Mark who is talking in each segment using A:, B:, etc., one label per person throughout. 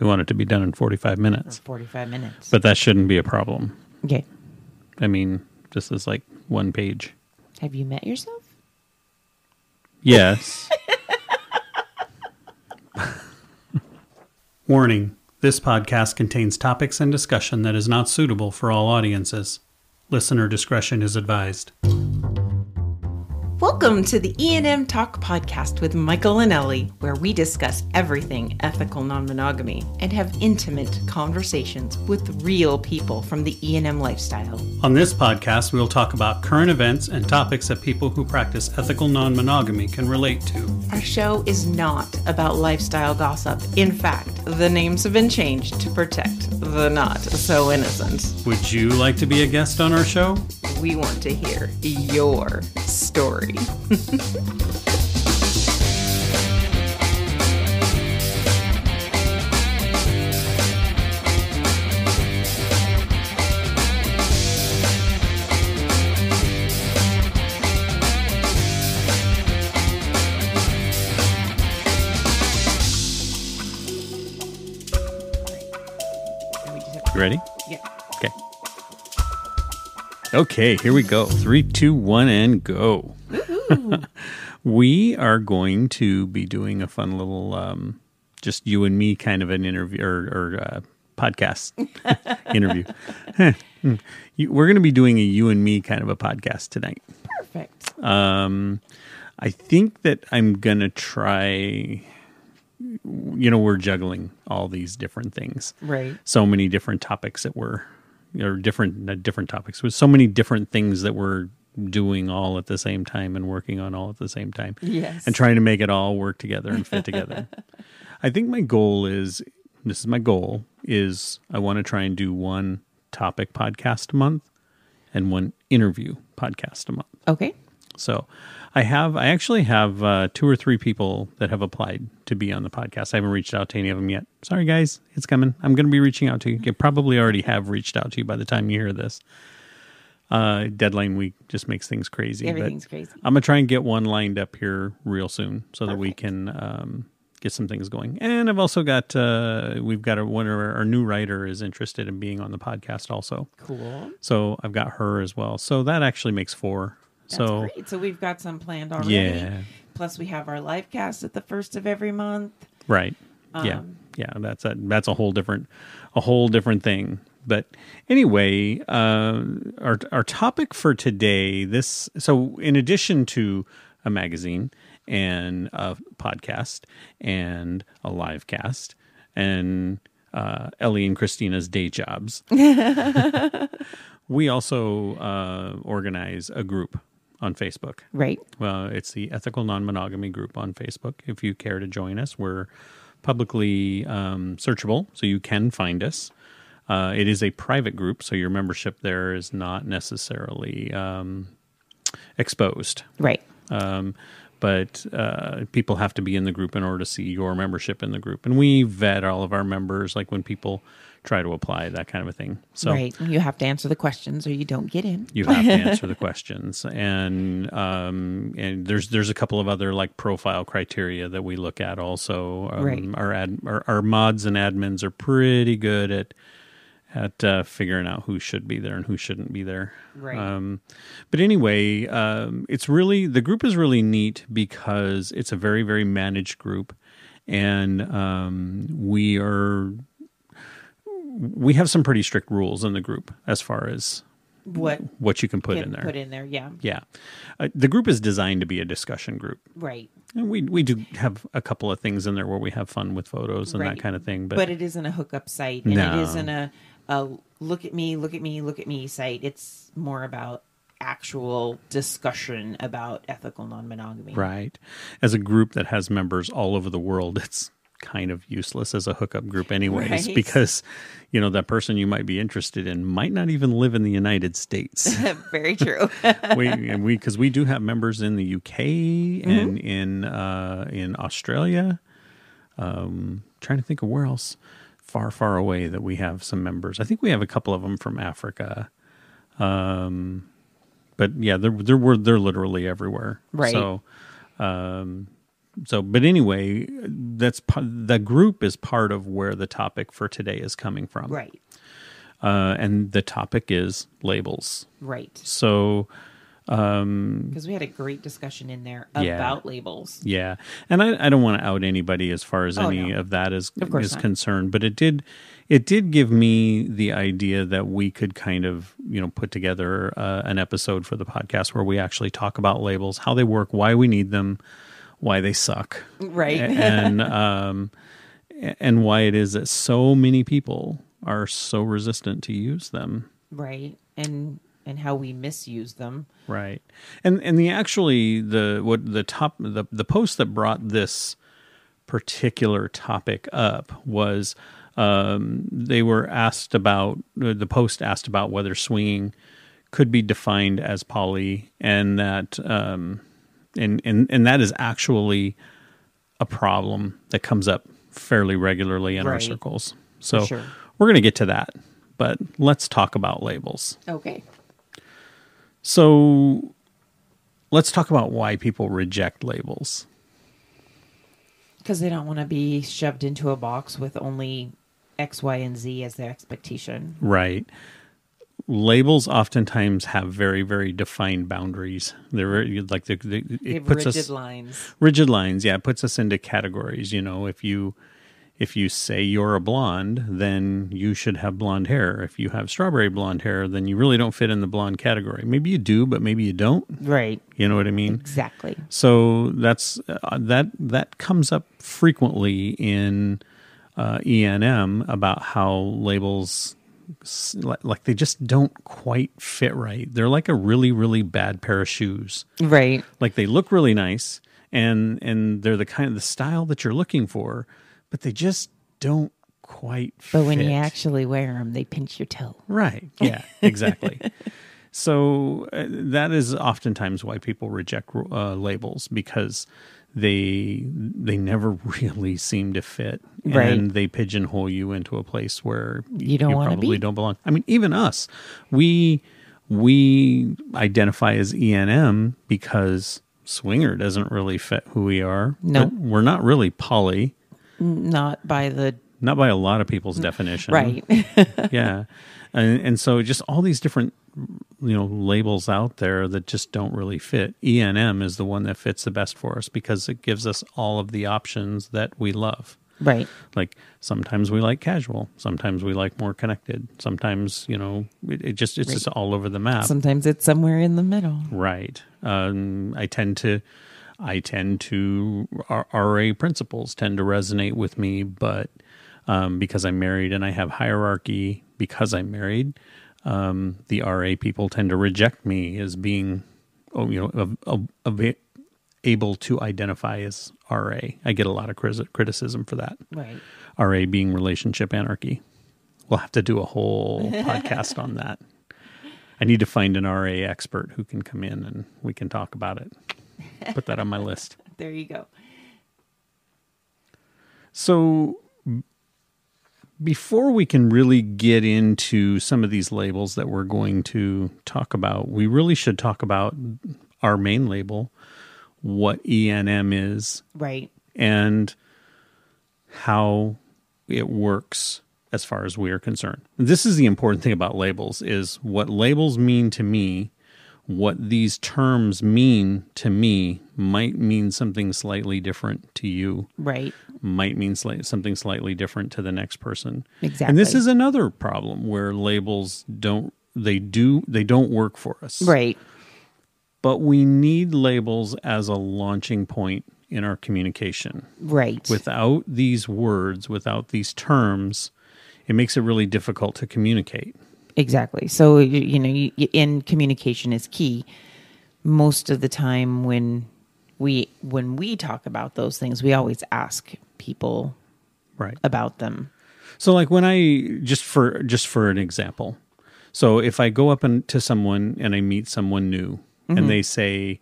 A: We want it to be done in 45
B: or
A: minutes,
B: 45 minutes.
A: but that shouldn't be a problem.
B: okay.
A: I mean, this is like one page.
B: Have you met yourself?
A: Yes. Warning this podcast contains topics and discussion that is not suitable for all audiences. Listener discretion is advised.
C: Welcome to the E&M Talk podcast with Michael and Ellie, where we discuss everything ethical non-monogamy and have intimate conversations with real people from the E&M lifestyle.
A: On this podcast, we will talk about current events and topics that people who practice ethical non monogamy can relate to.
C: Our show is not about lifestyle gossip. In fact, the names have been changed to protect the not so innocent.
A: Would you like to be a guest on our show?
C: We want to hear your story.
A: You ready?
C: Yeah.
A: Okay. Okay, here we go. Three, two, one, and go. we are going to be doing a fun little, um, just you and me kind of an interview or, or uh, podcast interview. You- We're going to be doing a you and me kind of a podcast tonight.
B: Perfect.
A: Um, I think that I'm going to try, you know, we're juggling all these different things
B: Right.
A: so many different topics that were or different not different topics with so many different things that we're doing all at the same time and working on all at the same time
B: Yes.
A: and trying to make it all work together and fit together i think my goal is this is my goal is i want to try and do one topic podcast a month and one interview podcast a month
B: Okay.
A: so I have, I actually have uh, two or three people that have applied to be on the podcast. I haven't reached out to any of them yet. Sorry, guys, it's coming. I'm going to be reaching out to you. You probably already have reached out to you by the time you hear this. Uh, deadline week just makes things crazy. but
B: Everything's crazy.
A: I'm going to try and get one lined up here real soon so that we can um, get some things going. And I've also got, uh, we've got a, one of our, our new writer is interested in being on the podcast also.
B: Cool.
A: So I've got her as well. So that actually makes four.
B: That's
A: so
B: great. So we've got some planned already.
A: Yeah.
B: Plus, we have our live cast at the first of every month.
A: Right. yeah. Yeah. That's a that's a whole different a whole different thing. But anyway, uh, our our topic for today this so in addition to a magazine and a podcast and a live cast and uh, Ellie and Christina's day jobs, we also uh, organize a group on Facebook.
B: Right.
A: Well, Uh, it's the Ethical Non Monogamy Group on Facebook. If you care to join us, we're publicly um, searchable, so you can find us. Uh, it is a private group, so your membership there is not necessarily um, exposed.
B: Right.
A: Um, but uh, people have to be in the group in order to see your membership in the group. And we vet all of our members, like when people try to apply, that kind of a thing. So
B: Right. You have to answer the questions or you don't get in.
A: you have to answer the questions and um and there's there's a couple of other like profile criteria that we look at also um,
B: Right.
A: our ad our, our mods and admins are pretty good at at uh, figuring out who should be there and who shouldn't be there
B: Right.
A: um but anyway um it's really the group is really neat because it's a very very managed group and um we are we have some pretty strict rules in the group as far as
B: What
A: what you can put
B: can
A: in there.
B: put in there? Yeah.
A: Yeah, uh, the group is designed to be a discussion group.
B: Right.
A: And we we do have a couple of things in there where we have fun with photos and
B: Right.
A: that kind of thing. But,
B: But, it isn't a hookup site and
A: No.
B: it isn't a, a look at me, look at me, look at me site. It's more about actual discussion about ethical non monogamy.
A: right, as a group that has members all over the world, it's kind of useless as a hookup group, anyways,
B: Right.
A: because you know that person you might be interested in might not even live in the United States.
B: Very true.
A: we and we because we do have members in the UK and in uh, in Australia. Um, trying to think of where else far far away that we have some members. I think we have a couple of them from Africa. Um, but yeah, they're they're we're, they're literally everywhere.
B: Right.
A: So um, so but anyway that's p- the group is part of where the topic for today is coming from
B: Right.
A: uh, and the topic is labels
B: Right.
A: so
B: Because we had a great discussion in there
A: Yeah.
B: about labels.
A: yeah and i, I don't want to out anybody as far as
B: Oh,
A: any
B: no.
A: of that is
B: Of course
A: is
B: not.
A: concerned but it did it did give me the idea that we could kind of you know put together uh, an episode for the podcast where we actually talk about labels how they work why we need them why they suck
B: Right.
A: and um, a- and why it is that so many people are so resistant to use them.
B: right. And and how we misuse them.
A: Right, and and the actually the what the top the the post that brought this particular topic up was um, they were asked about the post asked about whether swinging could be defined as poly and that um, and and and that is actually a problem that comes up fairly regularly in our
B: Right.
A: circles. So
B: sure.
A: we're going to get to that, but let's talk about labels.
B: Okay.
A: So let's talk about why people reject labels.
B: Because they don't want to be shoved into a box with only X, Y, and Z as their expectation.
A: Right. Labels oftentimes have very, very defined boundaries. They're very, like the, the, it
B: They have
A: puts
B: rigid
A: us
B: lines.
A: rigid lines. Yeah, it puts us into categories. You know, if you if you say you're a blonde, then you should have blonde hair. If you have strawberry blonde hair, then you really don't fit in the blonde category. Maybe you do, but maybe you don't.
B: Right.
A: You know what I mean?
B: Exactly.
A: So that's uh, that that comes up frequently in uh, ENM about how labels s- li- like they just don't quite fit right. They're like a really really bad pair of shoes.
B: Right.
A: Like they look really nice and and they're the kind of the style that you're looking for, but they just don't quite
B: But when you
A: fit.
B: actually wear them, they pinch your toe.
A: Right. Yeah, exactly. so uh, that is oftentimes why people reject uh, labels because they they never really seem to fit
B: Right.
A: and they pigeonhole you into a place where
B: You don't wanna
A: probably
B: be.
A: don't belong. I mean even us. We we identify as ENM because swinger doesn't really fit who we are.
B: No.
A: We're- We're not really poly,
B: Not by the
A: not by a lot of people's definition
B: right.
A: yeah and and so just all these different you know labels out there that just don't really fit enm is the one that fits the best for us because it gives us all of the options that we love
B: right.
A: like sometimes we like casual sometimes we like more connected sometimes you know it, it just it's just all over the map
B: Sometimes it's somewhere in the middle.
A: right um i tend to i tend to R- ra principles tend to resonate with me but um because i'm married and i have hierarchy because i'm married um the ra people tend to reject me as being oh you know of, of, of it- able to identify as ra i get a lot of cris- criticism for that
B: Right.
A: ra being relationship anarchy we'll have to do a whole podcast on that I need to find an RA expert who can come in and we can talk about it. Put that on my list.
B: There you go.
A: So m- before we can really get into some of these labels that we're going to talk about, we really should talk about our main label, what ENM is,
B: Right.
A: and how it works as far as we are concerned. This is the important thing about labels is what labels mean to me, what these terms mean to me might mean something slightly different to you,
B: Right.
A: might mean slight something slightly different to the next person. And this
B: Exactly.
A: is another problem where labels don't they do they don't work for us
B: Right.
A: but we need labels as a launching point in our communication
B: Right.
A: without these words, without these terms, it makes it really difficult to communicate.
B: exactly. So you, you know, you, you- in communication is key. Most of the time, when we when we talk about those things, we always ask people
A: Right.
B: about them.
A: So like when I just for just for an example. So if I go up and to someone and I meet someone new and they say,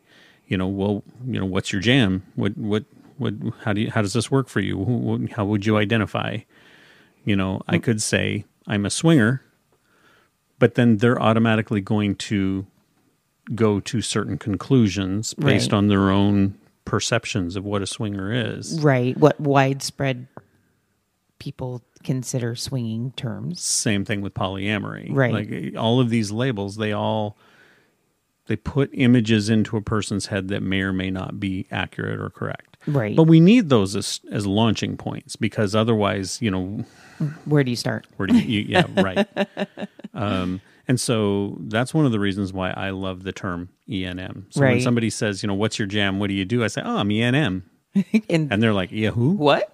A: you know, well, you know, what's your jam? What what what how do you how does this work for you? Who- who- How would you identify? You know, I could say I'm a swinger, but then they're automatically going to go to certain conclusions based
B: Right.
A: on their own perceptions of what a swinger is.
B: Right. What widespread people consider swinging terms.
A: Same thing with polyamory.
B: Right.
A: Like all of these labels, they all they put images into a person's head that may or may not be accurate or correct.
B: Right.
A: But we need those as, as launching points because otherwise, you know,
B: Where do you start?
A: where do you, you yeah, right. Um, and so that's one of the reasons why I love the term ENM. So when
B: Right.
A: somebody says, you know, what's your jam? What do you do? I say, oh, I'm ENM.
B: and
A: And they're like, yeah, who?
B: what?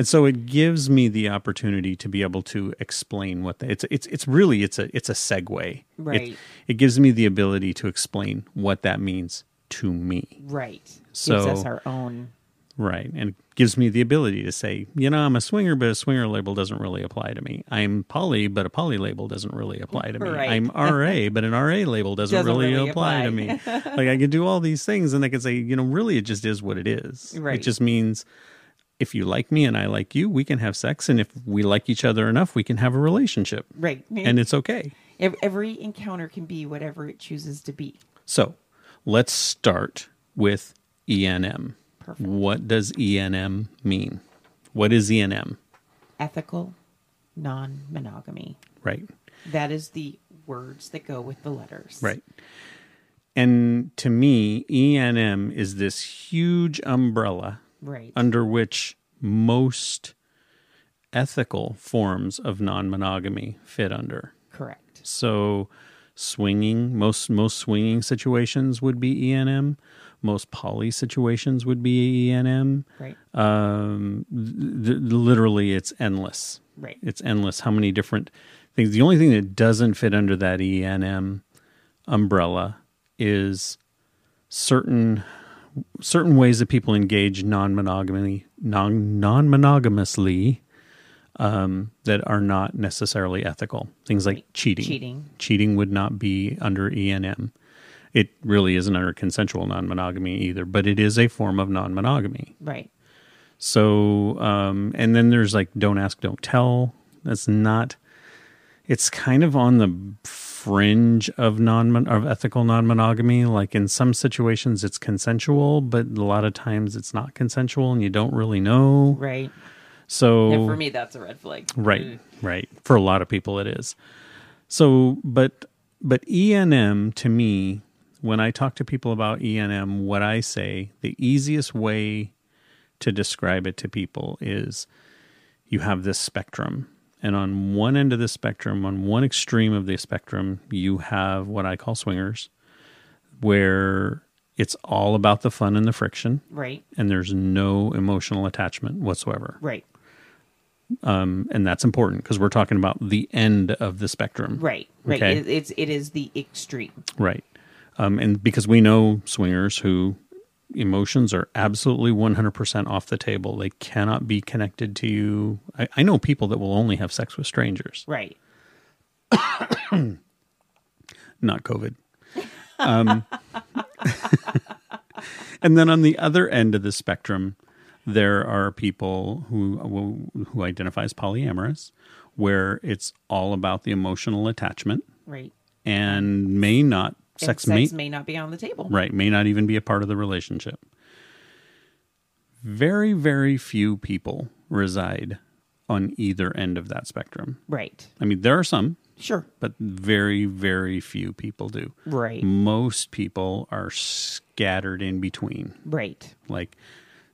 A: And so it gives me the opportunity to be able to explain what the, it's it's it's really it's a it's a segue.
B: Right.
A: It, it gives me the ability to explain what that means to me.
B: right. Gives
A: So-
B: us our own.
A: Right. And it gives me the ability to say, you know, I'm a swinger, but a swinger label doesn't really apply to me. I'm poly, but a poly label doesn't really apply to me.
B: Right.
A: I'm RA, but an RA label doesn't,
B: Doesn't
A: really,
B: really
A: apply, to
B: apply.
A: me. like I could do all these things and I could say, you know, really it just is what it is.
B: Right.
A: It just means if you like me and I like you, we can have sex. And if we like each other enough, we can have a relationship.
B: Right.
A: And it's okay.
B: Ev- every encounter can be whatever it chooses to be.
A: So let's start with ENM.
B: Perfect.
A: What does ENM mean? What is E ENM?
B: Ethical non monogamy.
A: Right.
B: That is the words that go with the letters.
A: Right. And to me, ENM is this huge umbrella
B: Right.
A: under which most ethical forms of non monogamy fit under.
B: Correct.
A: So swinging most most swinging situations would be ENM, most poly situations would be E ENM.
B: Right.
A: Um th- th- literally it's endless.
B: Right.
A: It's endless how many different things. The only thing that doesn't fit under that ENM umbrella is certain certain ways that people engage non-monogamy non non-monogamously um, that are not necessarily ethical. Things like cheating.
B: Cheating.
A: Cheating would not be under ENM. It really isn't under consensual non-monogamy either, but it is a form of non-monogamy.
B: Right.
A: So, um, and then there's like don't ask, don't tell. That's not. It's kind of on the fringe of non of ethical non monogamy. Like in some situations, it's consensual, but a lot of times it's not consensual, and you don't really know.
B: Right.
A: So
B: And for me, that's a red flag.
A: Right, right. For a lot of people, it is. So, but but ENM to me, when I talk to people about ENM, what I say the easiest way to describe it to people is you have this spectrum, and on one end of the spectrum, on one extreme of the spectrum, you have what I call swingers, where it's all about the fun and the friction,
B: Right.
A: and there's no emotional attachment whatsoever
B: Right.
A: and that's important because we're talking about the end of the spectrum
B: Right. Right.
A: Okay.
B: It, it's it is the extreme.
A: right um, and because we know swingers who emotions are absolutely 100% off the table they cannot be connected to you i, I know people that will only have sex with strangers
B: Right.
A: not covid um, and then on the other end of the spectrum there are people who who identify as polyamorous where it's all about the emotional attachment
B: Right.
A: and may not
B: And
A: sex,
B: sex
A: may,
B: may not be on the table.
A: right may not even be a part of the relationship. Very very few people reside on either end of that spectrum.
B: Right.
A: I mean there are some,
B: Sure.
A: but very very few people do.
B: Right.
A: Mm. Most people are scattered in between.
B: Right.
A: Like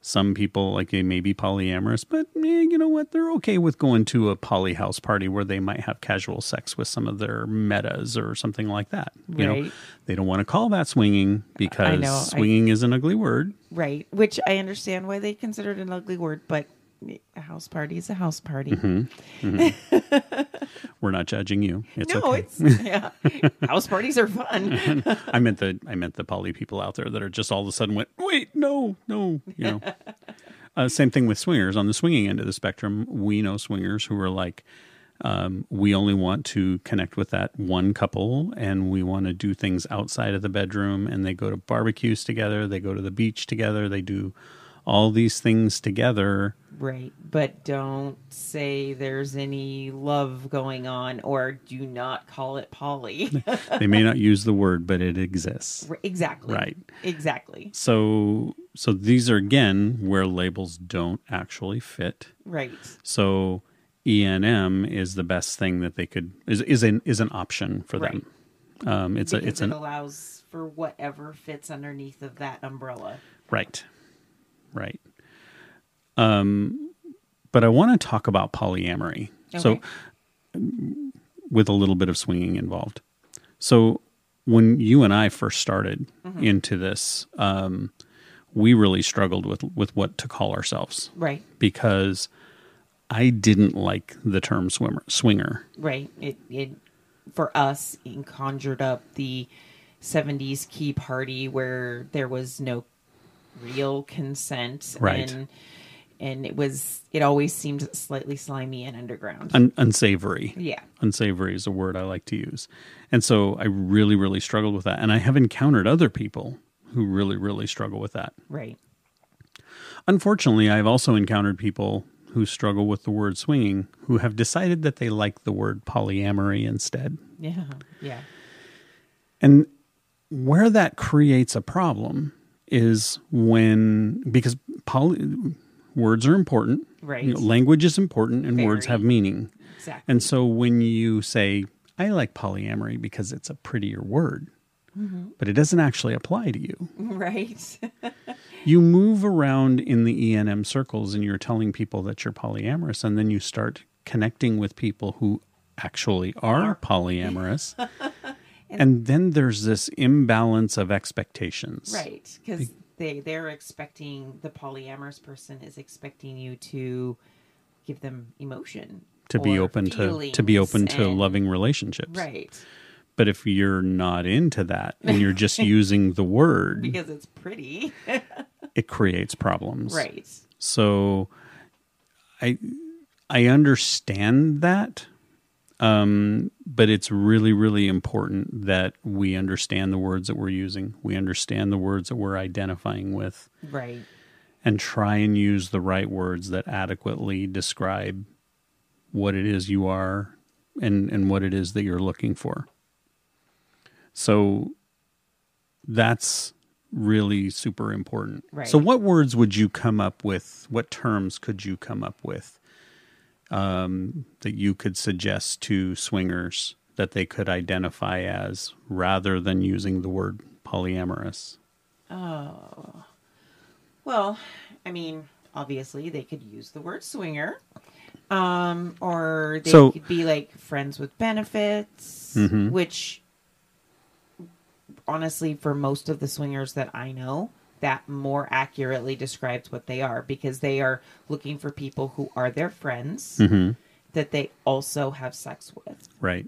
A: some people, like they may be polyamorous, but eh, you know what? They're okay with going to a poly house party where they might have casual sex with some of their metas or something like that. You know,
B: Right.
A: they don't want to call that swinging because
B: know, I-
A: swinging is an ugly word.
B: Right. Which I understand why they consider it an ugly word, but a house party is a house party.
A: Mm-hmm. We're not judging you. It's
B: no,
A: okay.
B: it's yeah. house parties are fun.
A: I meant the I meant the poly people out there that are just all of a sudden went, wait, no, no, you know. uh, same thing with swingers on the swinging end of the spectrum. We know swingers who are like, um, we only want to connect with that one couple, and we want to do things outside of the bedroom. And they go to barbecues together, they go to the beach together, they do all these things together.
B: Right. But don't say there's any love going on or do not call it poly.
A: they may not use the word, but it exists.
B: exactly.
A: Right.
B: Exactly.
A: So so these are again where labels don't actually fit.
B: Right.
A: So ENM is the best thing that they could is is an is an option for them. Um, it's
B: Because
A: a it's
B: it
A: an
B: allows for whatever fits underneath of that umbrella.
A: Right. Right. Um, but I want to talk about polyamory. So,
B: Okay.
A: mm, with a little bit of swinging involved. So, when you and I first started into this, um, we really struggled with, with what to call ourselves
B: Right.
A: because I didn't like the term swimmer, swinger.
B: Right. It it for us it conjured up the seventies key party where there was no real consent.
A: Right.
B: And and it was it always seemed slightly slimy and underground.
A: un- unsavory.
B: Yeah.
A: Unsavory is a word I like to use. And so I really, really struggled with that. And I have encountered other people who really, really struggle with that.
B: right.
A: Unfortunately, I've also encountered people who struggle with the word swinging who have decided that they like the word polyamory instead.
B: Yeah. Yeah.
A: And where that creates a problem is when, because poly, words are important,
B: Right.
A: You know, language is important, and words
B: Very.
A: have meaning.
B: Exactly.
A: And so when you say, I like polyamory because it's a prettier word,
B: Mm-hmm.
A: but it doesn't actually apply to you,
B: right.
A: you move around in the ENM circles and you're telling people that you're polyamorous, and then you start connecting with people who actually are polyamorous. and then there's this imbalance of expectations.
B: right. Because they they're expecting the polyamorous person is expecting you to give them emotion.
A: To be
B: or
A: open to to be open
B: feelings
A: to
B: and-
A: loving relationships.
B: Right.
A: But if you're not into that and you're just using the word,
B: Because it's pretty.
A: it creates problems.
B: right.
A: So I I understand that. Um, but it's really, really important that we understand the words that we're using. We understand the words that we're identifying with
B: Right.
A: and try and use the right words that adequately describe what it is you are and, and what it is that you're looking for. So that's really super important.
B: Right.
A: So, what words would you come up with? What terms could you come up with um, that you could suggest to swingers that they could identify as rather than using the word polyamorous?
B: Well, I mean, obviously they could use the word swinger. Um, or they
A: So- Mm-hmm.
B: could be like friends with benefits, which honestly for most of the swingers that I know, that more accurately describes what they are because they are looking for people who are their friends
A: Mm-hmm.
B: that they also have sex with.
A: Right.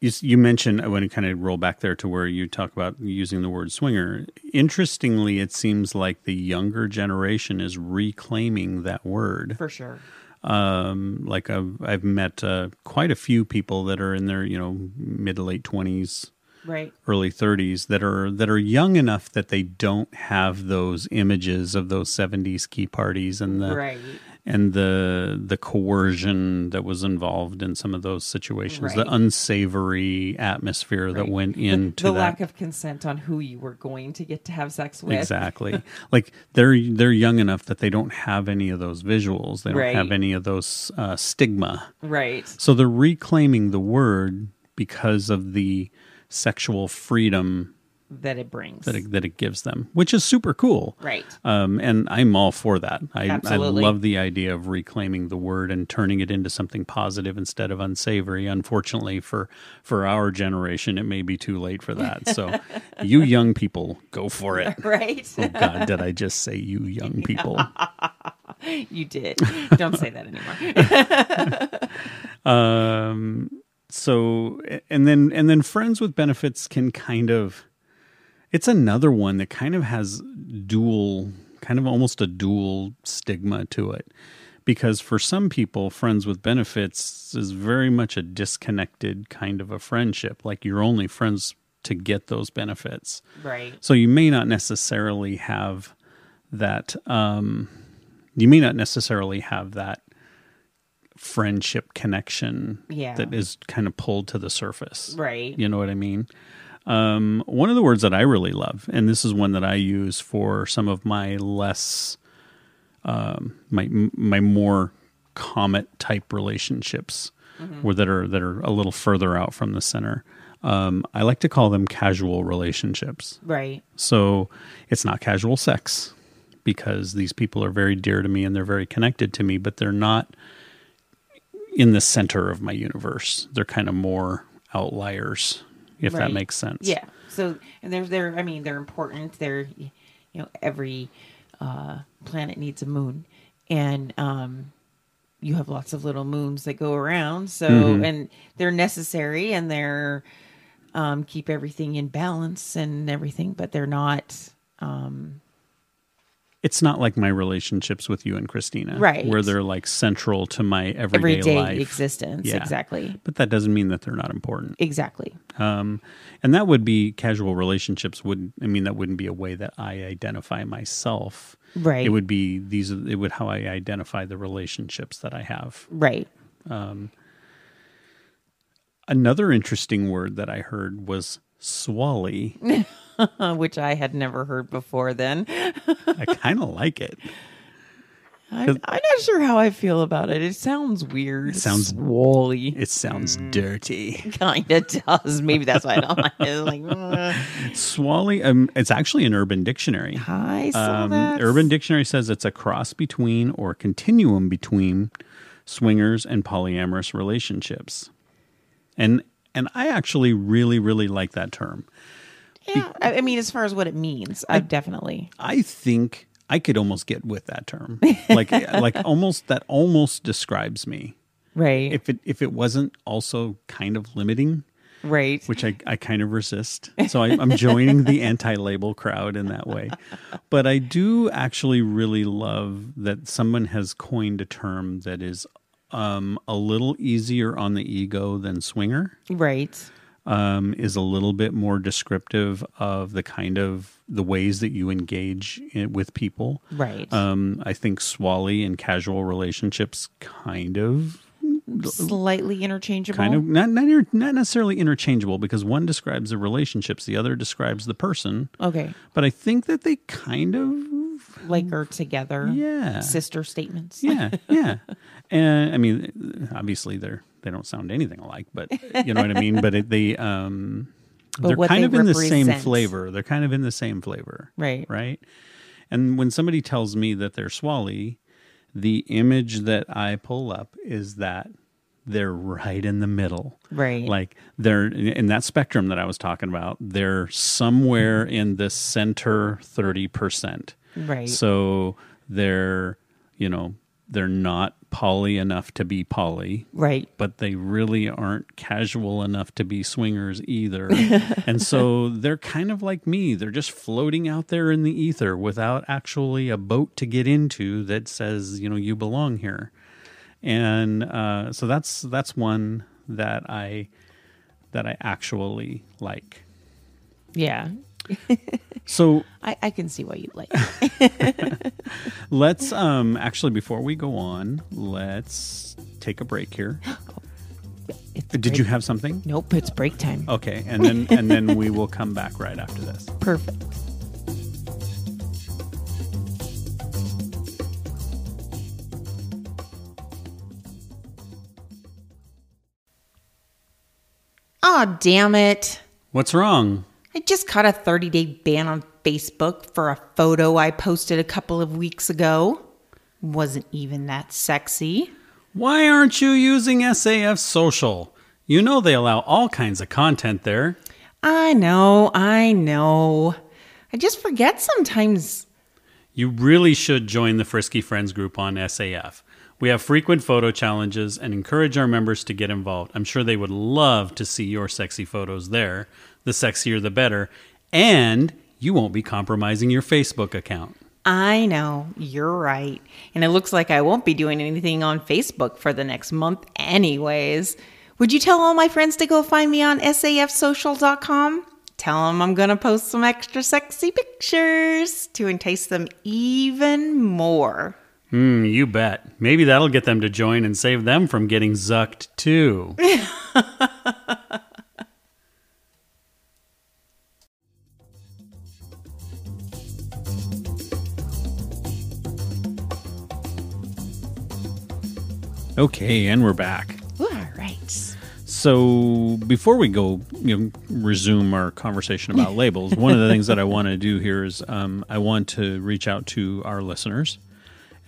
A: You, s- you mentioned, I want to kind of roll back there to where you talk about using the word swinger. Interestingly, it seems like the younger generation is reclaiming that word.
B: For sure.
A: Um, like I've, I've met uh, quite a few people that are in their, you know, mid to late 20s,
B: Right.
A: early 30s that are that are young enough that they don't have those images of those 70s key parties and the
B: Right.
A: and the the coercion that was involved in some of those situations, the
B: Right.
A: unsavory atmosphere that
B: Right.
A: went into
B: the
A: that.
B: lack of consent on who you were going to get to have sex with.
A: exactly. like they're they're young enough that they don't have any of those visuals. They don't
B: Right.
A: have any of those uh, stigma.
B: Right.
A: So they're reclaiming the word because of the sexual freedom
B: That it brings.
A: that it, that it gives them, which is super cool.
B: Right.
A: Um, and I'm all for that. I, I
B: Absolutely.
A: love the idea of reclaiming the word and turning it into something positive instead of unsavory. Unfortunately for for our generation, it may be too late for that. So, you young people, go for it.
B: Right.
A: Oh God, did I just say you young people?
B: you did. Don't say that anymore.
A: so and then and then friends with benefits can kind of it's another one that kind of has dual kind of almost a dual stigma to it because for some people friends with benefits is very much a disconnected kind of a friendship like you're only friends to get those benefits
B: right.
A: so you may not necessarily have that um, you may not necessarily have that friendship connection
B: Yeah.
A: that is kind of pulled to the surface.
B: Right.
A: You know what I mean? Um, one of the words that I really love, and this is one that I use for some of my less, um, my my more comet type relationships,
B: Mm-hmm.
A: or that are that are a little further out from the center. Um, I like to call them casual relationships.
B: Right.
A: So it's not casual sex because these people are very dear to me and they're very connected to me, but they're not in the center of my universe. They're kind of more outliers, if that
B: Right.
A: makes sense.
B: Yeah. So and they're they're I mean they're important. They're you know every uh, planet needs a moon, and um, you have lots of little moons that go around. So
A: Mm-hmm.
B: and they're necessary and they're um, keep everything in balance and everything, but they're not.
A: It's not like my relationships with you and Christina,
B: Right.
A: Where they're like central to my everyday,
B: everyday
A: life.
B: existence.
A: Yeah.
B: Exactly.
A: But that doesn't mean that they're not important.
B: Exactly.
A: Um, and that would be casual relationships. Would I mean that wouldn't be a way that I identify myself?
B: Right.
A: It would be these. are- It would how I identify the relationships that I have.
B: Right.
A: Another interesting word that I heard was swally.
B: Uh, which I had never heard before then.
A: I kind of like it.
B: I'm, I'm not sure how I feel about it. It sounds weird. It
A: sounds-
B: wally.
A: It sounds dirty.
B: kind of does. Maybe that's why I don't like it. Like, uh,
A: Swally. Um, it's actually an Urban Dictionary.
B: I saw
A: Um,
B: that.
A: Urban Dictionary says it's a cross between or continuum between swingers and polyamorous relationships. And and I actually really really like that term.
B: Yeah, I, I mean, as far as what it means, I definitely.
A: I think I could almost get with that term. Like like almost that almost describes me.
B: Right.
A: If it if it wasn't also kind of limiting,
B: right.
A: which I, I kind of resist. So I, I'm joining the anti label crowd in that way. But I do actually really love that someone has coined a term that is um, a little easier on the ego than swinger,
B: right.
A: um, is a little bit more descriptive of the kind of the ways that you engage in, with people.
B: Right.
A: Um, I think swally and casual relationships kind of
B: Slightly interchangeable.
A: kind of not not, inter- not necessarily interchangeable because one describes the relationships, the other describes the person.
B: Okay.
A: But I think that they kind of
B: Like or together.
A: Yeah.
B: Sister statements.
A: yeah yeah. And I mean, obviously they're they don't sound anything alike, but you know what I mean. But it, they um
B: But
A: they're
B: what
A: kind
B: they
A: of in the same
B: represent.
A: flavor. They're kind of in the same flavor,
B: Right.
A: Right. And when somebody tells me that they're swally, the image that I pull up is that they're right in the middle.
B: Right.
A: Like they're in that spectrum that I was talking about, they're somewhere in the center 30%.
B: Right.
A: So they're, you know, they're not poly enough to be poly,
B: Right.
A: but they really aren't casual enough to be swingers either. and so they're kind of like me. They're just floating out there in the ether without actually a boat to get into that says, you know, you belong here. And uh, so that's that's one that I that I actually like.
B: Yeah.
A: So
B: I, I can see why you like. it.
A: let's um actually before we go on, let's take a break here.
B: It's
A: Did
B: break-
A: you have something?
B: Nope. It's break time.
A: Okay, and then and then we will come back right after this.
B: Perfect.
C: Aw, damn it.
A: What's wrong?
C: I just caught a 30 day ban on Facebook for a photo I posted a couple of weeks ago. Wasn't even that sexy.
A: Why aren't you using SAF Social? You know they allow all kinds of content there.
C: I know, I know. I just forget sometimes.
A: You really should join the Frisky Friends group on SAF. We have frequent photo challenges and encourage our members to get involved. I'm sure they would love to see your sexy photos there. The sexier the better, and you won't be compromising your Facebook account.
C: I know, you're right. And it looks like I won't be doing anything on Facebook for the next month, anyways. Would you tell all my friends to go find me on safsocial.com?
D: Tell them I'm going to post some extra sexy pictures to entice them even more.
A: Mm, you bet. Maybe that'll get them to join and save them from getting zucked too.
E: Okay, and we're back.
B: All right.
E: So before we go, you know, resume our conversation about labels. One of the things that I want to do here is um, I want to reach out to our listeners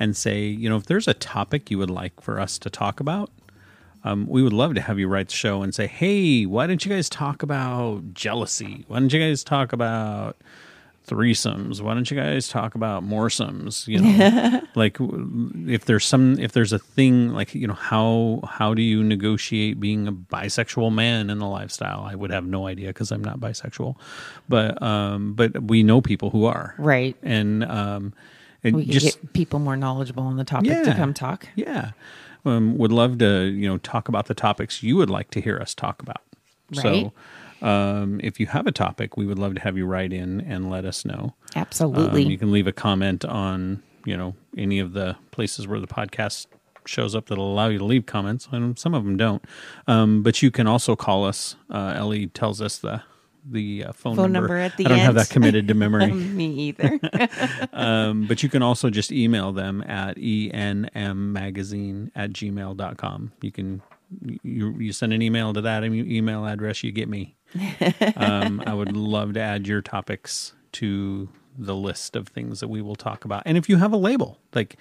E: and say, you know, if there's a topic you would like for us to talk about, um, we would love to have you write the show and say, hey, why don't you guys talk about jealousy? Why don't you guys talk about threesomes? Why don't you guys talk about moresomes? You know, like w- if there's some, if there's a thing like you know how how do you negotiate being a bisexual man in the lifestyle? I would have no idea because I'm not bisexual, but um, but we know people who are
B: Right.
E: and um, it
B: We can
E: just
B: get people more knowledgeable on the topic to
E: Yeah.
B: come talk.
E: yeah. Um, would love to, you know, talk about the topics you would like to hear us talk about.
B: Right.
E: So um, if you have a topic, we would love to have you write in and let us know. Um,
B: Absolutely.
E: you can leave a comment on, you know, any of the places where the podcast shows up that'll allow you to leave comments. And some of them don't. Um, but you can also call us. Uh, Ellie tells us the the uh, phone,
B: Phone
E: number.
B: number at the
E: I don't have
B: end.
E: that committed to memory.
B: Me either.
E: um, but you can also just email them at E enmmagazine at gmail.com. You can you, you send an email to that em- email address, you get me. Um, I would love to add your topics to the list of things that we will talk about. And if you have a label, like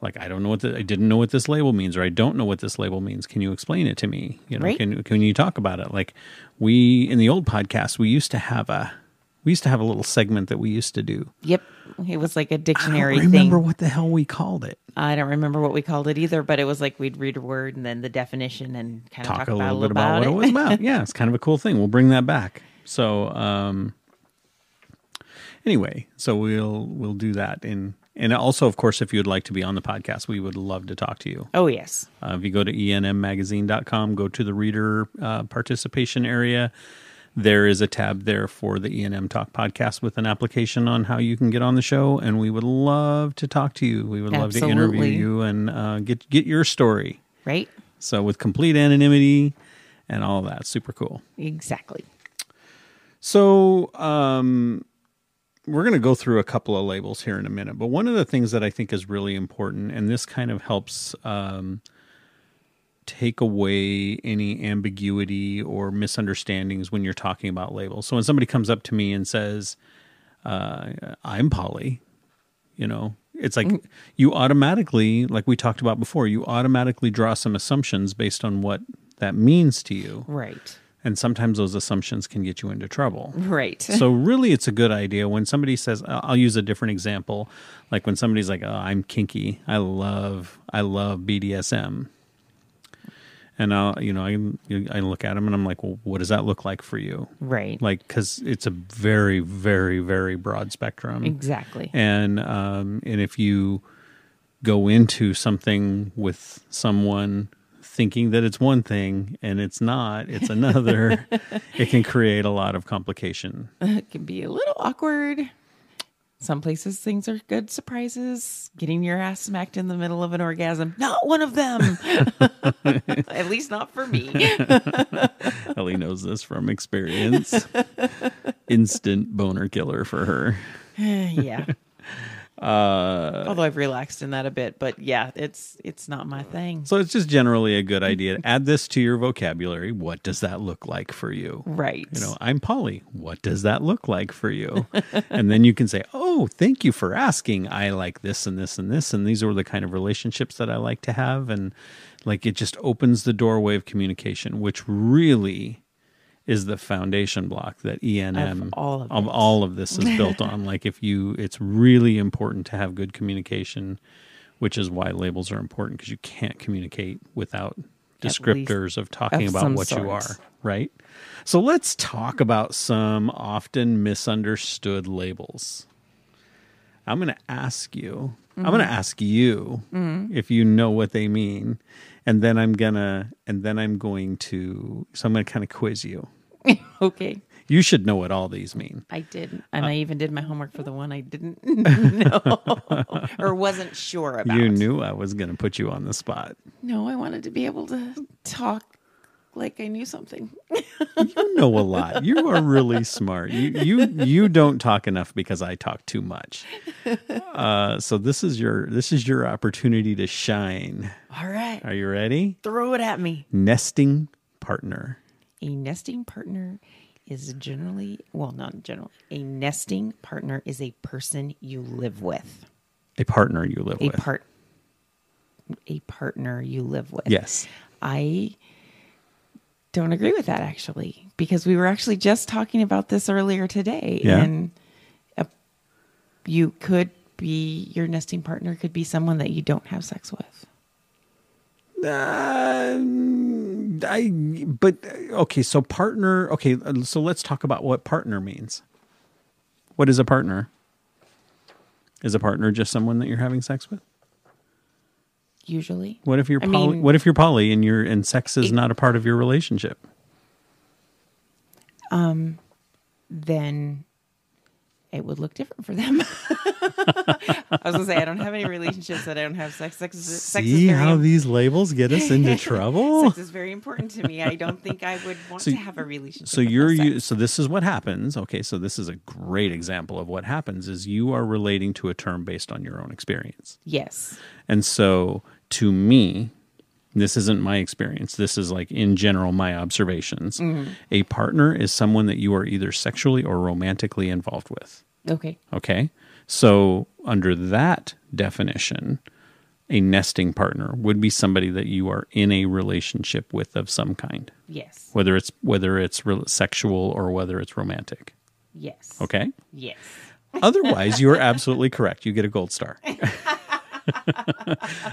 E: like I don't know what the, I didn't know what this label means or I don't know what this label means, can you explain it to me? You know,
B: Right.
E: can can you talk about it? Like we in the old podcast, we used to have a we used to have a little segment that we used to do.
B: yep. It was like a dictionary
E: I don't remember
B: thing.
E: what the hell we called it.
B: I don't remember what we called it either, but it was like we'd read a word and then the definition and kind of
E: Talk,
B: talk,
E: a
B: about
E: little bit about, what it was about. yeah, it's kind of a cool thing. We'll bring that back. So, um, anyway, so we'll we'll do that. And and also, of course, if you'd like to be on the podcast, we would love to talk to you.
B: Oh yes.
E: Uh, if you go to enmmagazine.com, go to the reader uh, participation area. There is a tab there for the ENM Talk podcast with an application on how you can get on the show, and we would love to talk to you. We would love to interview
B: Absolutely.
E: you and uh, get get your story.
B: Right?
E: So with complete anonymity and all that, super cool.
B: Exactly.
E: So um, we're going to go through a couple of labels here in a minute, but one of the things that I think is really important, and this kind of helps um, take away any ambiguity or misunderstandings when you're talking about labels. So when somebody comes up to me and says, uh, "I'm Polly," you know. It's like you automatically, like we talked about before, you automatically draw some assumptions based on what that means to you.
B: Right.
E: And sometimes those assumptions can get you into trouble.
B: Right.
E: so, really, it's a good idea when somebody says, I'll I'll use a different example. Like when somebody's like, oh, I'm kinky. I love, I love BDSM. And I'll, you know, I, I look at them and I'm like, well, what does that look like for you?
B: right.
E: Like, cause it's a very, very, very broad spectrum
B: exactly.
E: and um, and if you go into something with someone thinking that it's one thing and it's not, it's another, it can create a lot of complication.
B: it can be a little awkward. Some places things are good surprises. Getting your ass smacked in the middle of an orgasm, not one of them. At least not for me.
E: Ellie knows this from experience. Instant boner killer for her.
B: yeah.
E: Uh,
B: Although I've relaxed in that a bit, but yeah, it's it's not my thing.
E: So it's just generally a good idea. Add this to your vocabulary. What does that look like for you?
B: Right.
E: you know, I'm Polly. What does that look like for you? and then you can say, Oh, thank you for asking. I like this and this and this. And these are the kind of relationships that I like to have. And like it just opens the doorway of communication, which really is the foundation block that ENM
B: all of this.
E: all of this is built on. Like if you it's really important to have good communication, which is why labels are important because you can't communicate without
B: least
E: descriptors of talking
B: of
E: about
B: some
E: what you
B: sort.
E: are right? So let's talk about some often misunderstood labels. I'm going to ask you, I'm
B: Mm-hmm.
E: going to ask you if you know what they mean. And then I'm going to, and then I'm going to, so I'm going to kind of quiz you.
B: okay.
E: You should know what all these mean.
B: I didn't, Uh, and I even did my homework for the one I didn't know or wasn't sure about.
E: You knew I was going to put you on the spot.
B: No, I wanted to be able to talk like I knew something.
E: You know a lot. You are really smart. You you you don't talk enough because I talk too much. Uh, so this is your this is your opportunity to shine.
B: All right,
E: Are you ready?
B: throw it at me.
E: Nesting partner.
B: A nesting partner is generally, well, not generally, a nesting partner is a person you live with,
E: A partner you live
B: a
E: with.
B: part, a partner you live with.
E: Yes.
B: I don't agree with that actually, because we were actually just talking about this earlier today,
E: Yeah.
B: and a, you could be your nesting partner could be someone that you don't have sex with.
E: Um, I but uh, okay, so partner, okay, uh, so let's talk about what partner means. What is a partner? Is a partner just someone that you're having sex with?
B: Usually,
E: What if you're
B: I
E: poly,
B: mean-
E: what if you're poly and your and sex is not a part of your relationship?
B: then it would look different for them. I was gonna say I don't have any relationships that I don't have sex. Sex is, sex is
E: See
B: very
E: how these labels get us into trouble?
B: sex is very important to me. I don't think I would want
E: Oh. So-
B: to have a relationship.
E: so
B: with
E: you're
B: sex.
E: you so this is what happens. Okay, so this is a great example of what happens is you are relating to a term based on your own experience.
B: yes,
E: And so to me, this isn't my experience. This is like in general my observations.
B: Mm-hmm.
E: A partner is someone that you are either sexually or romantically involved with.
B: okay,
E: Okay. So under that definition, a nesting partner would be somebody that you are in a relationship with of some kind,
B: yes,
E: whether it's whether it's re- sexual or whether it's romantic.
B: yes,
E: Okay.
B: yes.
E: Otherwise, you are absolutely correct. You get a gold star.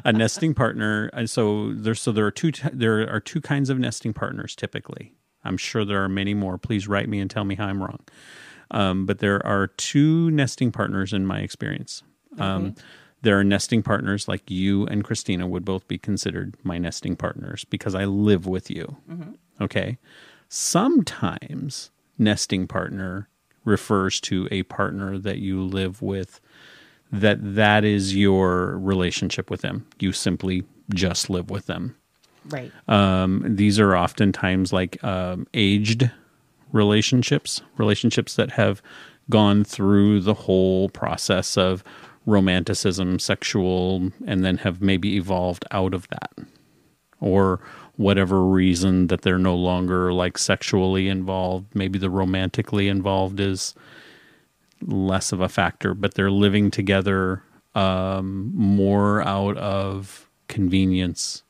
E: a nesting partner. And so there, so there are two. T- there are two kinds of nesting partners typically. I'm sure there are many more. Please write me and tell me how I'm wrong. Um, but there are two nesting partners in my experience. Um, There are nesting partners like you and Christina would both be considered my nesting partners because I live with you. Okay. Sometimes nesting partner refers to a partner that you live with that that is your relationship with them. You simply just live with them.
B: Right.
E: Um, these are oftentimes like um, aged relationships, relationships that have gone through the whole process of romanticism, sexual, and then have maybe evolved out of that or whatever reason that they're no longer like sexually involved. Maybe the romantically involved is less of a factor, but they're living together um, more out of convenience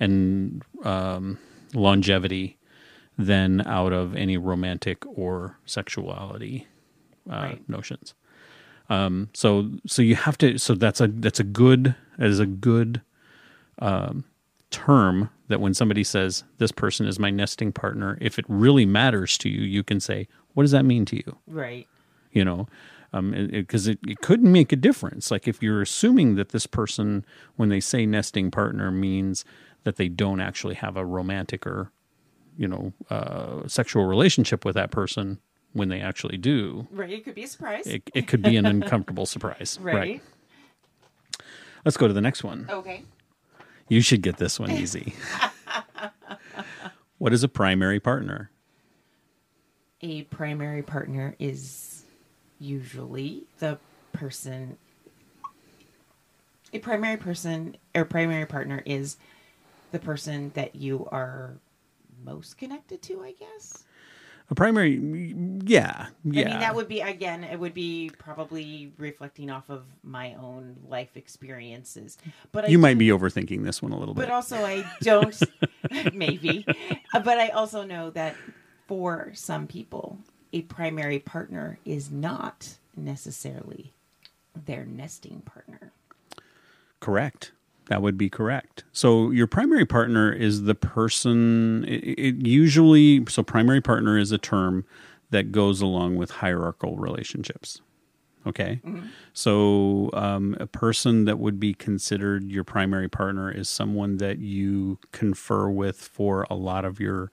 E: and um, longevity than out of any romantic or sexuality uh,
B: Right.
E: notions. Um, so so you have to so that's a that's a good that is a good um, term that when somebody says this person is my nesting partner, if it really matters to you, you can say what does that mean to you?
B: right.
E: you know because it, it could make a difference like if you're assuming that this person when they say nesting partner means that they don't actually have a romantic or you know uh, sexual relationship with that person when they actually do
B: Right. It could be a surprise.
E: it, it could be an uncomfortable surprise
B: right. Oh.
E: let's go to the next one
B: Okay.
E: you should get this one easy what is a primary partner
B: A primary partner is usually the person. A primary person or primary partner is the person that you are most connected to, I guess.
E: a primary yeah yeah
B: I mean, that would be, again, it would be probably reflecting off of my own life experiences. But I
E: you might
B: do-
E: be overthinking this one a little
B: but
E: bit
B: also I don't maybe, but I also know that for some people, a primary partner is not necessarily their nesting partner.
E: Correct. That would be correct. So your primary partner is the person. It, it usually so primary partner is a term that goes along with hierarchical relationships. Okay, so um, a person that would be considered your primary partner is someone that you confer with for a lot of your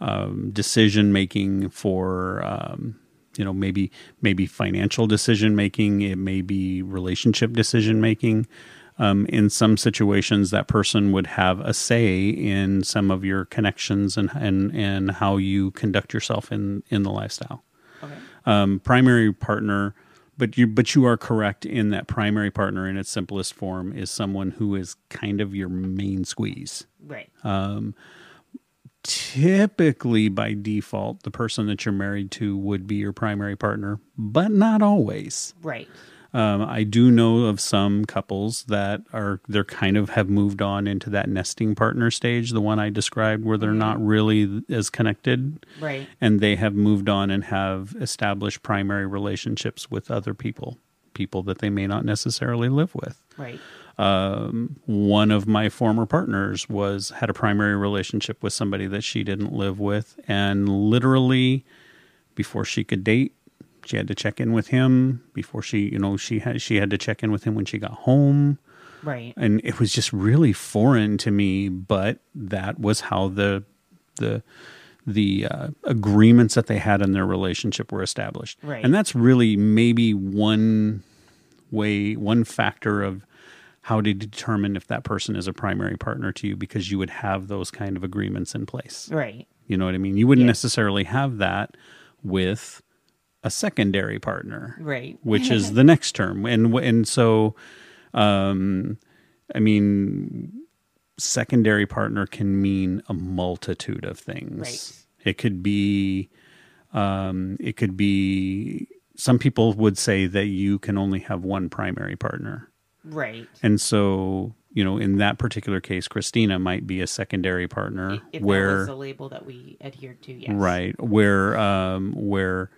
A: um, decision making for um, you know maybe maybe financial decision making it may be relationship decision making um, in some situations that person would have a say in some of your connections and and and how you conduct yourself in in the lifestyle
B: Okay.
A: um, primary partner but you but you are correct in that primary partner in its simplest form is someone who is kind of your main squeeze
B: Right.
A: typically by default the person that you're married to would be your primary partner but not always
B: right.
A: um, i do know of some couples that are they're kind of have moved on into that nesting partner stage the one i described where they're not really as connected
B: Right.
A: and they have moved on and have established primary relationships with other people people that they may not necessarily live with
B: Right.
A: one of my former partners was had a primary relationship with somebody that she didn't live with and literally before she could date she had to check in with him before she you know she had she had to check in with him when she got home
B: Right.
A: and it was just really foreign to me but that was how the the the uh, agreements that they had in their relationship were established
B: Right.
A: and that's really maybe one way one factor of how to determine if that person is a primary partner to you because you would have those kind of agreements in place
B: Right.
A: you know what i mean you wouldn't
B: Yeah.
A: necessarily have that with a secondary partner
B: Right.
A: which is the next term. And and so, um, I mean, secondary partner can mean a multitude of things. It could be, um, it could be. Some people would say that you can only have one primary partner,
B: Right.
A: and so you know, in that particular case, Christina might be a secondary partner
B: If that
A: where
B: was the label that we adhered to, yes.
A: right where um where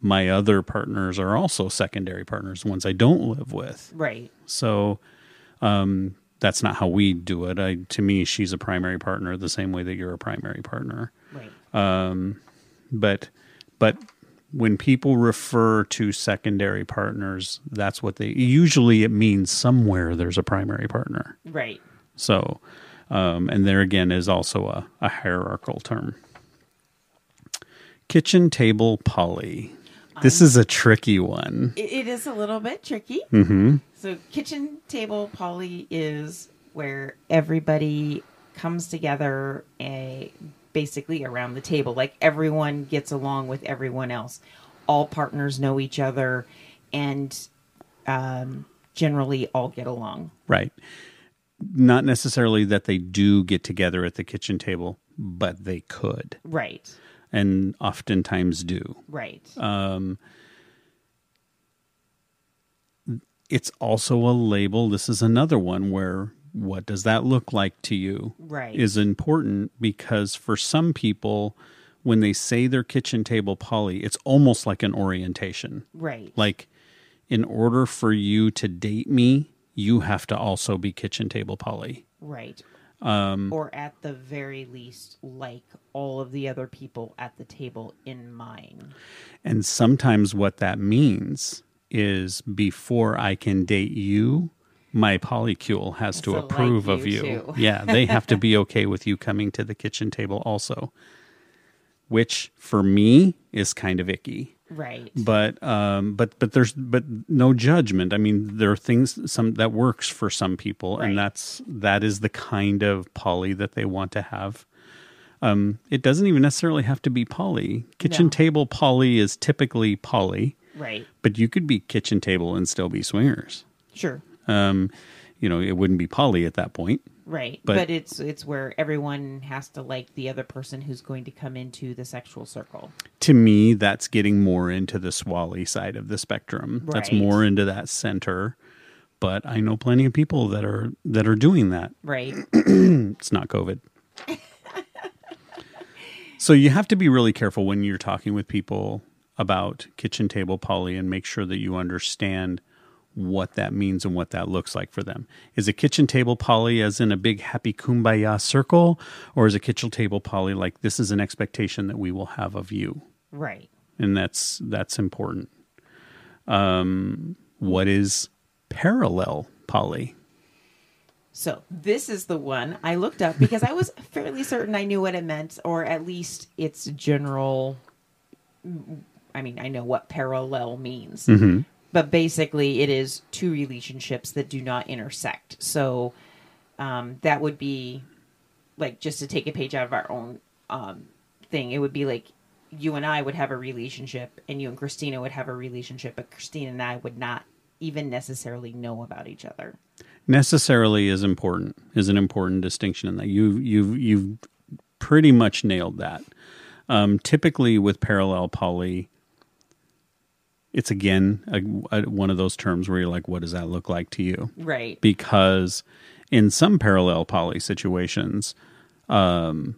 A: my other partners are also secondary partners ones i don't live with
B: Right.
A: so um that's not how we do it i to me she's a primary partner the same way that you're a primary partner
B: Right.
A: but but when people refer to secondary partners that's what they usually it means somewhere there's a primary partner
B: right.
A: so, um, and there again is also a, a hierarchical term. Kitchen table poly. This is a tricky one.
B: It, it is a little bit tricky.
A: Mm-hmm.
B: So, kitchen table poly is where everybody comes together a, basically around the table. Like everyone gets along with everyone else. All partners know each other and um, generally all get along.
A: Right. Not necessarily that they do get together at the kitchen table, but they could
B: Right.
A: and oftentimes do.
B: Right.
A: Uh, It's also a label. This is another one where what does that look like to you?
B: Right.
A: Is important because for some people, when they say their kitchen table poly, it's almost like an orientation.
B: right.
A: like in order for you to date me you have to also be kitchen table poly
B: Right.
A: um,
B: or at the very least, like all of the other people at the table in mine.
A: and sometimes what that means is before i can date you my polycule has to
B: So, like
A: approve of
B: you
A: you
B: too.
A: yeah they have to be okay with you coming to the kitchen table also which for me is kind of icky
B: Right.
A: but um but but there's but no judgment i mean there are things some that works for some people
B: Right.
A: and that's that is the kind of poly that they want to have um it doesn't even necessarily have to be poly kitchen
B: No.
A: table poly is typically poly
B: Right.
A: but you could be kitchen table and still be swingers
B: Sure.
A: um you know it wouldn't be poly at that point
B: Right. But,
A: But-
B: it's it's where everyone has to like the other person who's going to come into the sexual circle.
A: to me, that's getting more into the swally side of the spectrum. That's
B: Right.
A: more into that center. But I know plenty of people that are that are doing that.
B: Right.
A: It's not COVID. so you have to be really careful when you're talking with people about kitchen table poly and make sure that you understand what that means and what that looks like for them. Is a kitchen table poly as in a big happy kumbaya circle, or is a kitchen table poly like this is an expectation that we will have of you?
B: right.
A: and that's that's important. Um, what is parallel poly?
B: So this is the one I looked up because I was fairly certain I knew what it meant, or at least its general. I mean, I know what parallel means, but basically, it is two relationships that do not intersect. So um, that would be like just to take a page out of our own um, thing. It would be like you and I would have a relationship, and you and Christina would have a relationship, but Christina and I would not even necessarily know about each other.
A: necessarily is important is an important distinction in that you you've you've pretty much nailed that um, typically with parallel poly it's again a, a, one of those terms where you're like what does that look like to you
B: Right.
A: because in some parallel poly situations um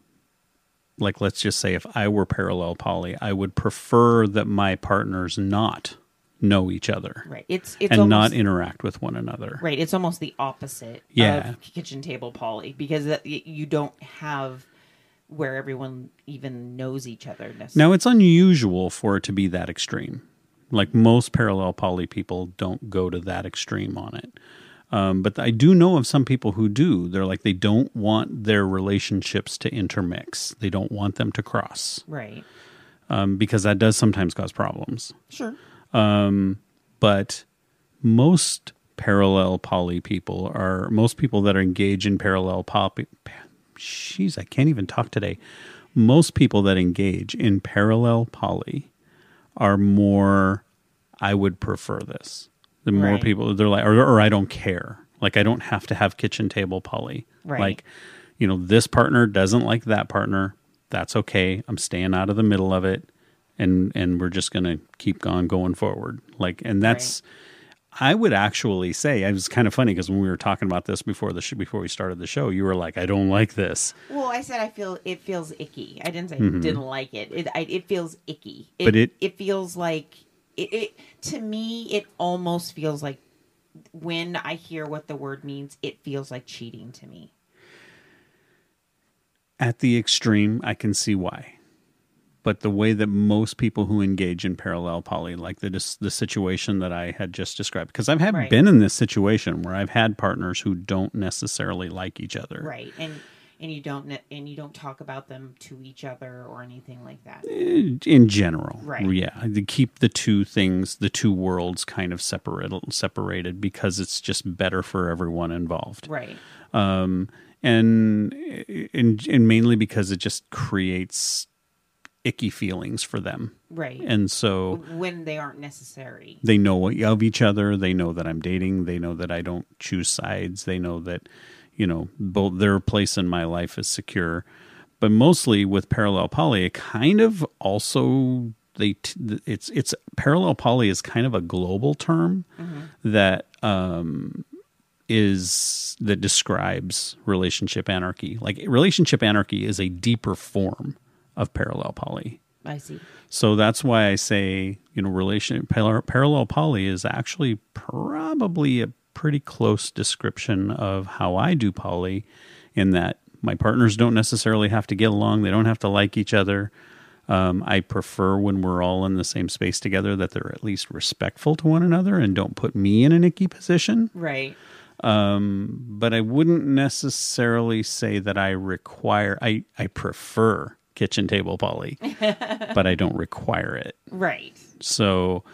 A: like let's just say if I were parallel poly I would prefer that my partners not know each other
B: right. It's it's
A: and not
B: almost,
A: interact with one another
B: Right. It's almost the opposite
A: Yeah.
B: of kitchen table poly because that- y- you don't have where everyone even knows each other.
A: Now, it's unusual for it to be that extreme. Like most parallel poly people don't go to that extreme on it. Um, but I do know of some people who do. They're like, they don't want their relationships to intermix, they don't want them to cross
B: Right.
A: um, because that does sometimes cause problems.
B: Sure.
A: But most parallel poly people are, most people that are engaged in parallel poly, jeez, I can't even talk today. Most people that engage in parallel poly are more I would prefer this. The more
B: Right.
A: people they're like or, or I don't care. Like I don't have to have kitchen table poly.
B: Right.
A: Like you know this partner doesn't like that partner. That's okay. I'm staying out of the middle of it and and we're just going to keep on going forward. Like and that's I would actually say it was kind of funny because when we were talking about this before the sh- before we started the show, you were like, "I don't like this,"
B: Well, I said I feel it feels icky. I didn't say I didn't like it. It I, it feels icky. It,
A: Mm-hmm. But it-
B: feels like it, it to me it almost feels like when I hear what the word means, it feels like cheating to me.
A: at the extreme, I can see why. But the way that most people who engage in parallel poly, like the dis- the situation that I had just described, because I've had
B: Right.
A: been in this situation where I've had partners who don't necessarily like each other.
B: Right. And and you don't ne- and you don't talk about them to each other or anything like that.
A: uh, in general.
B: Right.
A: Yeah. They keep the two things, the two worlds kind of separate, separated because it's just better for everyone involved.
B: Right.
A: And, and, and mainly because it just creates icky feelings for them.
B: Right.
A: And so
B: when they aren't necessary.
A: they know of each other. They know that I'm dating. They know that I don't choose sides. They know that, you know, both their place in my life is secure. But mostly with parallel poly, it kind of also they t- it's it's parallel poly is kind of a global term that um, is that describes relationship anarchy. Like relationship anarchy is a deeper form of parallel poly.
B: I see.
A: So that's why I say, you know, relation par- parallel poly is actually probably a pretty close description of how I do poly in that my partners don't necessarily have to get along, they don't have to like each other. Um, I prefer when we're all in the same space together that they're at least respectful to one another and don't put me in an icky position.
B: Right.
A: But I wouldn't necessarily say that I require, I, I prefer kitchen table poly, but I don't require it.
B: Right.
A: So,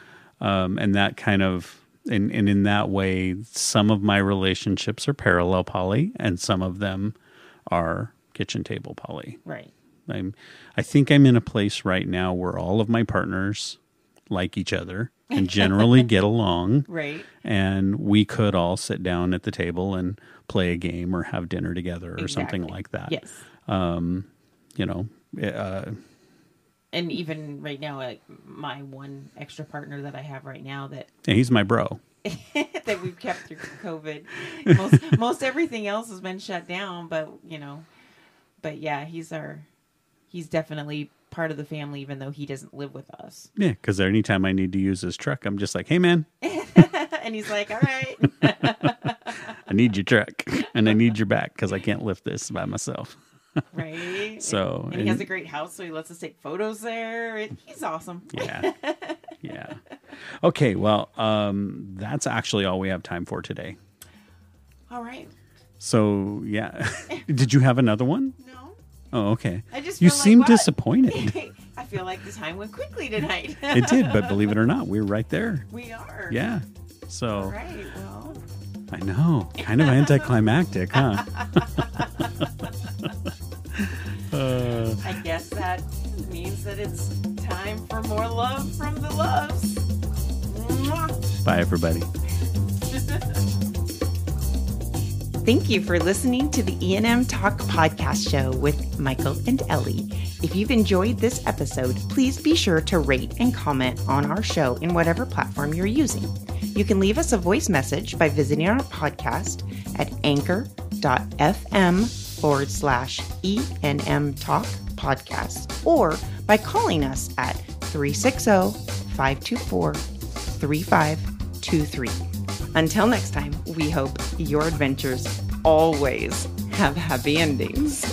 A: um, and that kind of, and, and in that way, some of my relationships are parallel poly and some of them are kitchen table poly.
B: Right.
A: I'm, I think I'm in a place right now where all of my partners like each other and generally get along.
B: Right.
A: And we could all sit down at the table and play a game or have dinner together or something
B: Exactly.
A: like that.
B: Yes.
A: You know, uh,
B: And even right now, like my one extra partner that I have right now that
A: and he's my bro.
B: that we've kept through COVID. Most most everything else has been shut down, but you know, but yeah, he's our he's definitely part of the family, even though he doesn't live with us.
A: Yeah. Cause anytime I need to use his truck, I'm just like, hey, man,
B: and he's like, all right,
A: I need your truck and I need your back because I can't lift this by myself.
B: right.
A: So,
B: and he has a great house, so he lets us take photos there. It- He's awesome.
A: yeah, yeah. Okay, well, um, that's actually all we have time for today.
B: All right.
A: So yeah, did you have another one?
F: No,
A: Oh, okay.
F: I just
A: you
F: feel like,
A: seem
F: what?
A: disappointed.
F: I feel like the time went quickly tonight.
A: it did, but believe it or not, we're right there.
F: we are.
A: Yeah. So
F: All right. Well,
A: I know, kind of anticlimactic, huh?
F: I guess that means that it's time for more love from the loves. Mwah.
A: Bye, everybody.
B: Thank you for listening to the E&M Talk podcast show with Michael and Ellie. If you've enjoyed this episode, please be sure to rate and comment on our show in whatever platform you're using. You can leave us a voice message by visiting our podcast at anchor.fm forward slash ENM Talk podcast or by calling us at 360 524 3523. Until next time, we hope your adventures always have happy endings.